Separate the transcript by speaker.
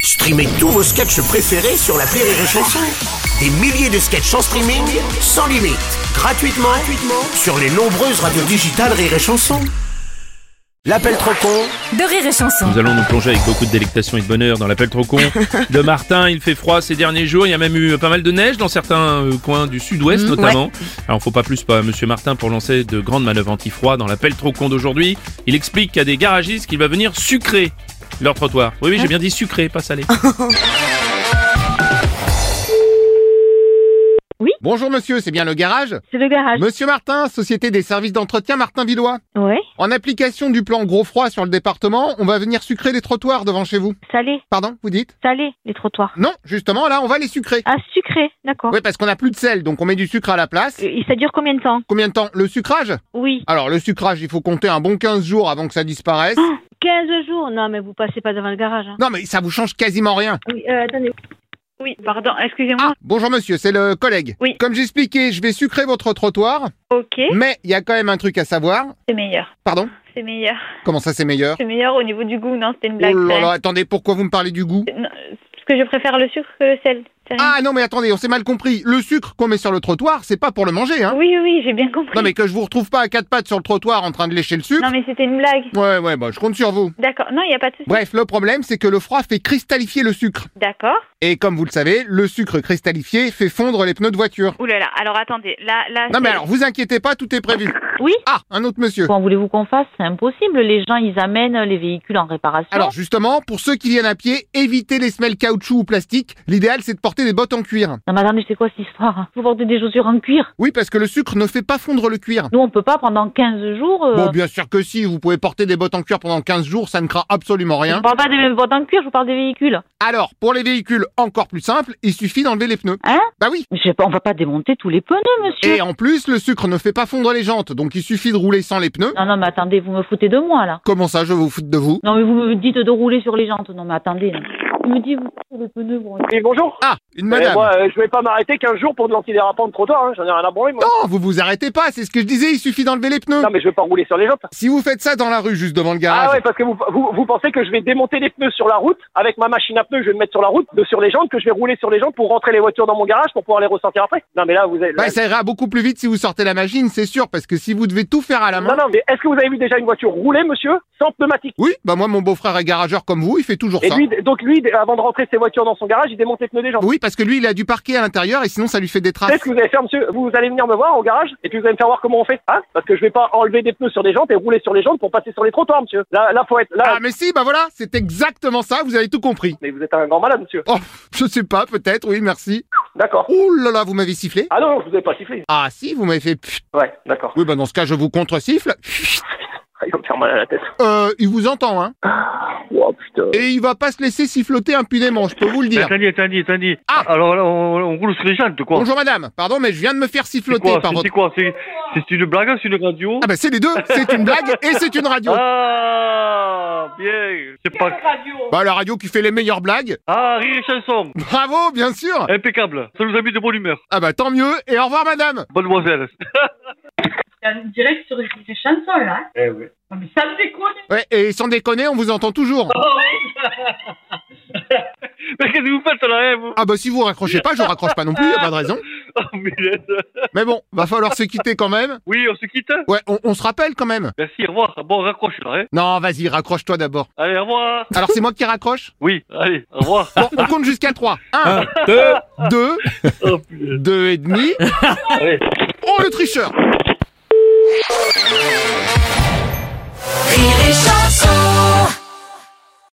Speaker 1: Streamez tous vos sketchs préférés sur la Rire et Chanson. Des milliers de sketchs en streaming, sans limite, gratuitement, gratuitement sur les nombreuses radios digitales Rire et Chanson. L'appel trop con
Speaker 2: de rire et chanson.
Speaker 3: Nous allons nous plonger avec beaucoup de délectation et de bonheur dans l'appel trop con de Martin. Il fait froid ces derniers jours. Il y a même eu pas mal de neige dans certains euh, coins du sud-ouest notamment. Alors, faut pas plus pas Monsieur Martin pour lancer de grandes manœuvres anti-froid dans l'appel trop con d'aujourd'hui. Il explique à des garagistes qu'il va venir sucrer leur trottoir. Oui, oui, j'ai bien dit sucré, pas salé.
Speaker 4: Bonjour monsieur, c'est bien le garage
Speaker 5: C'est le garage.
Speaker 4: Monsieur Martin, Société des services d'entretien Martin Villois.
Speaker 5: Ouais,
Speaker 4: En application du plan gros froid sur le département, on va venir sucrer les trottoirs devant chez vous.
Speaker 5: salé,
Speaker 4: Pardon, vous dites
Speaker 5: salé, les trottoirs.
Speaker 4: Non, justement là, on va les sucrer.
Speaker 5: Ah, sucré, d'accord.
Speaker 4: Oui, parce qu'on n'a plus de sel, donc on met du sucre à la place.
Speaker 5: Et ça dure combien de temps
Speaker 4: Combien de temps Le sucrage
Speaker 5: Oui,
Speaker 4: Alors le sucrage, il faut compter un bon 15 jours avant que ça disparaisse.
Speaker 5: Ah. 15 jours. Non, mais vous passez pas devant le garage. hein.
Speaker 4: Non mais ça vous change quasiment rien.
Speaker 5: Oui, euh, attendez. Oui, pardon, excusez-moi.
Speaker 4: Ah, bonjour monsieur, c'est le collègue.
Speaker 5: Oui.
Speaker 4: Comme j'expliquais, je vais sucrer votre trottoir,
Speaker 6: Ah.
Speaker 5: Ok,
Speaker 4: mais il y a quand même un truc à savoir.
Speaker 7: C'est meilleur.
Speaker 4: Pardon
Speaker 7: C'est meilleur.
Speaker 4: Comment ça c'est meilleur
Speaker 7: C'est meilleur au niveau du goût. Non, c'était une
Speaker 4: Oh
Speaker 7: blague.
Speaker 4: là
Speaker 7: c'est
Speaker 4: là,
Speaker 7: rien.
Speaker 4: attendez, pourquoi vous me parlez du goût
Speaker 7: C'est- non, Parce que je préfère le sucre que le sel. C'est
Speaker 6: Hein
Speaker 7: rien.
Speaker 4: Ah non mais attendez, on s'est mal compris. Le sucre qu'on met sur le trottoir, c'est pas pour le manger, hein
Speaker 7: oui, oui, oui, j'ai bien compris.
Speaker 4: Non mais que je vous retrouve pas à quatre pattes sur le trottoir en train de lécher le sucre.
Speaker 7: Non, mais c'était une blague.
Speaker 4: Ouais ouais, bah je compte sur vous.
Speaker 7: D'accord. Non, il n'y a pas de souci.
Speaker 4: Bref, le problème c'est que le froid fait cristallifier le sucre.
Speaker 7: D'accord.
Speaker 4: Et comme vous le savez, le sucre cristallifié fait fondre les pneus de voiture.
Speaker 7: Ouh là là. Alors attendez. Là, là.
Speaker 4: Non mais
Speaker 7: c'est-
Speaker 4: alors, vous inquiétez pas, tout est prévu.
Speaker 6: Oui.
Speaker 4: Ah, un autre monsieur.
Speaker 6: Comment voulez-vous qu'on fasse C'est impossible. Les gens, ils amènent les véhicules en réparation.
Speaker 4: Alors justement, pour ceux qui viennent à pied, évitez les semelles caoutchouc ou plastique. L'idéal c'est de porter des bottes en cuir.
Speaker 6: Non, mais attendez, c'est quoi cette histoire hein. Vous portez des chaussures en cuir
Speaker 4: Oui, parce que le sucre ne fait pas fondre le cuir.
Speaker 6: Nous, on peut pas pendant 15 jours. euh,
Speaker 4: Bon, bien sûr que si, vous pouvez porter des bottes en cuir pendant 15 jours, ça ne craint absolument
Speaker 6: Je
Speaker 4: rien.
Speaker 6: ne parle pas des mêmes bottes en cuir, je vous parle des véhicules.
Speaker 4: Alors, pour les véhicules encore plus simple, il suffit d'enlever les pneus.
Speaker 6: Hein
Speaker 4: Bah oui.
Speaker 6: Mais Je sais pas, on va pas démonter tous les pneus, monsieur.
Speaker 4: Et en plus, le sucre ne fait pas fondre les jantes, donc il suffit de rouler sans les pneus.
Speaker 6: Non, non, mais attendez, vous me foutez de moi, là.
Speaker 4: Comment ça, je vous fous de vous
Speaker 6: Non, mais vous me dites de rouler sur les jantes. Non, mais attendez. là. Vous me dites, vous foutez les pneus, vous...
Speaker 8: Oui, bonjour.
Speaker 4: Ah, une
Speaker 8: Eh,
Speaker 4: madame.
Speaker 8: moi, euh, je vais pas m'arrêter 15 jours pour de l'antidérapant de trottoir, hein. j'en ai rien à branler, moi.
Speaker 4: Non, vous vous arrêtez pas, c'est ce que je disais, il suffit d'enlever les pneus.
Speaker 8: Non, mais je vais pas rouler sur les jantes.
Speaker 4: Si vous faites ça dans la rue, juste devant le garage.
Speaker 8: Ah ouais, parce que vous, vous, vous pensez que je vais démonter les pneus sur la route, avec ma machine à pneus, je vais me mettre sur la route, de sur les jantes, que je vais rouler sur les jantes pour rentrer les voitures dans mon garage pour pouvoir les ressortir après. Non, mais là, vous avez... là-
Speaker 4: Bah, ça ira beaucoup plus vite si vous sortez la machine, c'est sûr, parce que si vous devez tout faire à la main.
Speaker 8: non, non, mais est-ce que vous avez vu déjà une voiture rouler, monsieur, sans pneumatique
Speaker 4: Oui, bah moi, mon beau-frère est garageur comme vous, il fait toujours
Speaker 8: Et
Speaker 4: ça.
Speaker 8: lui, donc lui, avant de rentrer ses voitures dans son garage, il démonte les pneus des jantes.
Speaker 4: Oui, parce que lui, il a du parquet à l'intérieur et sinon, ça lui fait des
Speaker 8: Vous savez
Speaker 4: traces.
Speaker 8: ce que vous allez faire, monsieur Vous allez venir me voir au garage et puis vous allez me faire voir comment on fait, hein Parce que je vais pas enlever des pneus sur les jantes et rouler sur les jantes pour passer sur les trottoirs, monsieur. Là, là, faut être là.
Speaker 4: Ah, mais si, bah voilà, c'est exactement ça, vous avez tout compris.
Speaker 8: Mais vous êtes un grand malade, monsieur.
Speaker 4: Oh, je sais pas, peut-être, oui, merci.
Speaker 8: D'accord.
Speaker 4: Ouh là là, vous m'avez sifflé
Speaker 8: Ah non, non, je vous ai pas sifflé.
Speaker 4: Ah si, vous m'avez fait... pfft.
Speaker 8: Ouais, d'accord.
Speaker 4: Oui, bah dans ce cas, je vous contre-siffle.
Speaker 8: Ah, Il va me faire mal à la tête.
Speaker 4: Euh, il vous entend, hein.
Speaker 8: Oh putain.
Speaker 9: Euh.
Speaker 4: Et il va pas se laisser siffloter impunément, je peux vous le dire.
Speaker 9: Attendez, attendez, attendez.
Speaker 4: Ah.
Speaker 9: Alors là, on, on roule sur les jantes, quoi.
Speaker 4: Bonjour madame, pardon, mais je viens de me faire
Speaker 9: C'est
Speaker 4: siffloter
Speaker 9: quoi
Speaker 4: par
Speaker 9: C'est-
Speaker 4: votre...
Speaker 9: C'est quoi C'est c'est une blague C'est une radio
Speaker 4: Ah bah c'est les deux, c'est une blague et c'est une radio.
Speaker 9: Ah, bien. C'est pas.
Speaker 4: Bah la radio qui fait les meilleures blagues.
Speaker 9: Ah, rire et chanson.
Speaker 4: Bravo, bien sûr.
Speaker 9: Impeccable. Ça nous a mis de bonne humeur.
Speaker 4: Ah bah tant mieux et au revoir madame.
Speaker 9: Mademoiselle.
Speaker 10: direct sur les chansons, là.
Speaker 9: Eh oui.
Speaker 10: Non, mais ça me déconne.
Speaker 4: Ouais, et sans déconner, on vous entend toujours.
Speaker 9: Mais qu'est-ce que vous faites là, hein, vous
Speaker 4: Ah bah si vous raccrochez pas, je raccroche pas non plus, y a pas de raison.
Speaker 9: Oh, punaise.
Speaker 4: Mais bon, va falloir se quitter quand même.
Speaker 9: Oui, on se quitte.
Speaker 4: Ouais, on, on se rappelle quand même.
Speaker 9: Merci, au revoir. Bon, raccroche là, hein.
Speaker 4: Non, vas-y, raccroche-toi d'abord.
Speaker 9: Allez, au revoir.
Speaker 4: Alors c'est moi qui raccroche
Speaker 9: Oui, allez, au revoir.
Speaker 4: Bon, on compte jusqu'à 3. 1, 2,
Speaker 9: Oh, punaise.
Speaker 4: 2 et demi.
Speaker 9: Allez.
Speaker 4: Oh le tricheur